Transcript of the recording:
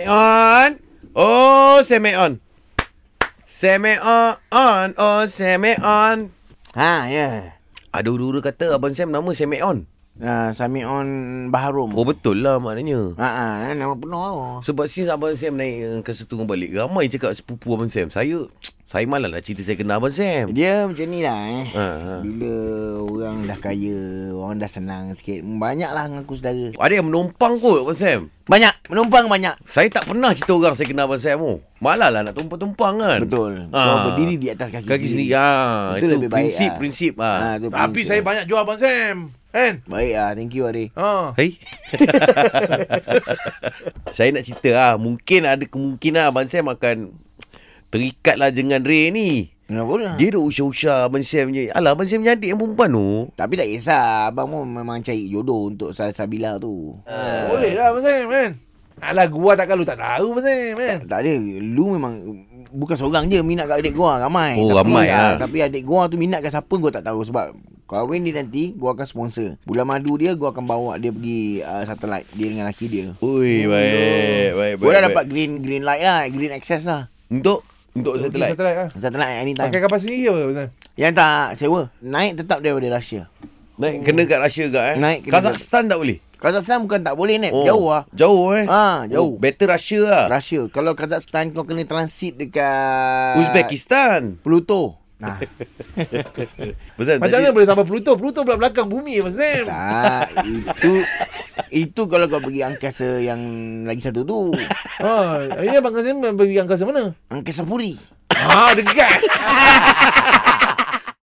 Semeon. Oh, Semeon. Semeon, oh Semeon. Ha, ya. Ada huru-huru kata Abang Sam nama Semeon. Yeah. Ha, Samion Baharum. Oh, betul lah maknanya. Ha, ha, nama penuh tu. Sebab since Abang Sam naik eh, ke Setung balik, ramai cakap sepupu Abang Sam. Saya, saya malas lah cerita saya kenal Abang Sam. Dia macam ni lah eh. Ha, ha. Bila orang dah kaya, orang dah senang sikit. Banyaklah mengaku saudara. Ada yang menumpang kot Abang Sam. Banyak, menumpang banyak. Saya tak pernah cerita orang saya kenal Abang Sam tu. Malah lah nak tumpang-tumpang kan. Betul. Ah. Kau berdiri di atas kaki, Kaki sendiri. Ha, Itu itu, lebih baik lah. prinsip-prinsip Ah, lah. tu Tapi prinsip. saya banyak jual Abang Sam. Kan? Baik ah, thank you Ari. Ha. Hei. Oh. saya nak cerita lah. Mungkin ada kemungkinan Abang Sam akan terikat lah dengan Ray ni. Kenapa lah? Dia dah usah-usah Abang Sam je. Alah, Abang Sam punya adik yang perempuan tu. Tapi tak kisah, abang pun memang cari jodoh untuk Sal Sabila tu. Boleh lah Abang Sam kan? Alah gua tak kalau tak tahu Abang Sam kan? Tak ada, lu memang bukan seorang je minat kat adik gua, ramai. Oh, ramai ah, ah. Tapi adik gua tu minat kat siapa gua tak tahu sebab kahwin dia nanti gua akan sponsor. Bulan madu dia gua akan bawa dia pergi uh, satelit dia dengan laki dia. Ui, baik, Eh, baik, baik. Gua dah baik. dapat green green light lah, green access lah. Untuk untuk Pergi satelit. Satelit lah. Satelit anytime. Pakai kapal sendiri ke Abang Sam? Yang tak sewa, naik tetap daripada Rusia. Naik kena kat Russia kat eh. Naik kena Kazakhstan tak boleh. Kazakhstan bukan tak boleh net, oh. jauh lah. Jauh eh. Ah, jauh. better Russia lah. Russia. Kalau Kazakhstan kau kena transit dekat Uzbekistan. Pluto. Nah, Pasal Macam tadi- mana boleh tambah Pluto? Pluto pula belakang bumi Abang Sam. tak itu itu kalau kau pergi angkasa yang lagi satu tu. Ah, Ha, ya Abang Sam pergi angkasa mana? Angkasa Puri. Ha, dekat.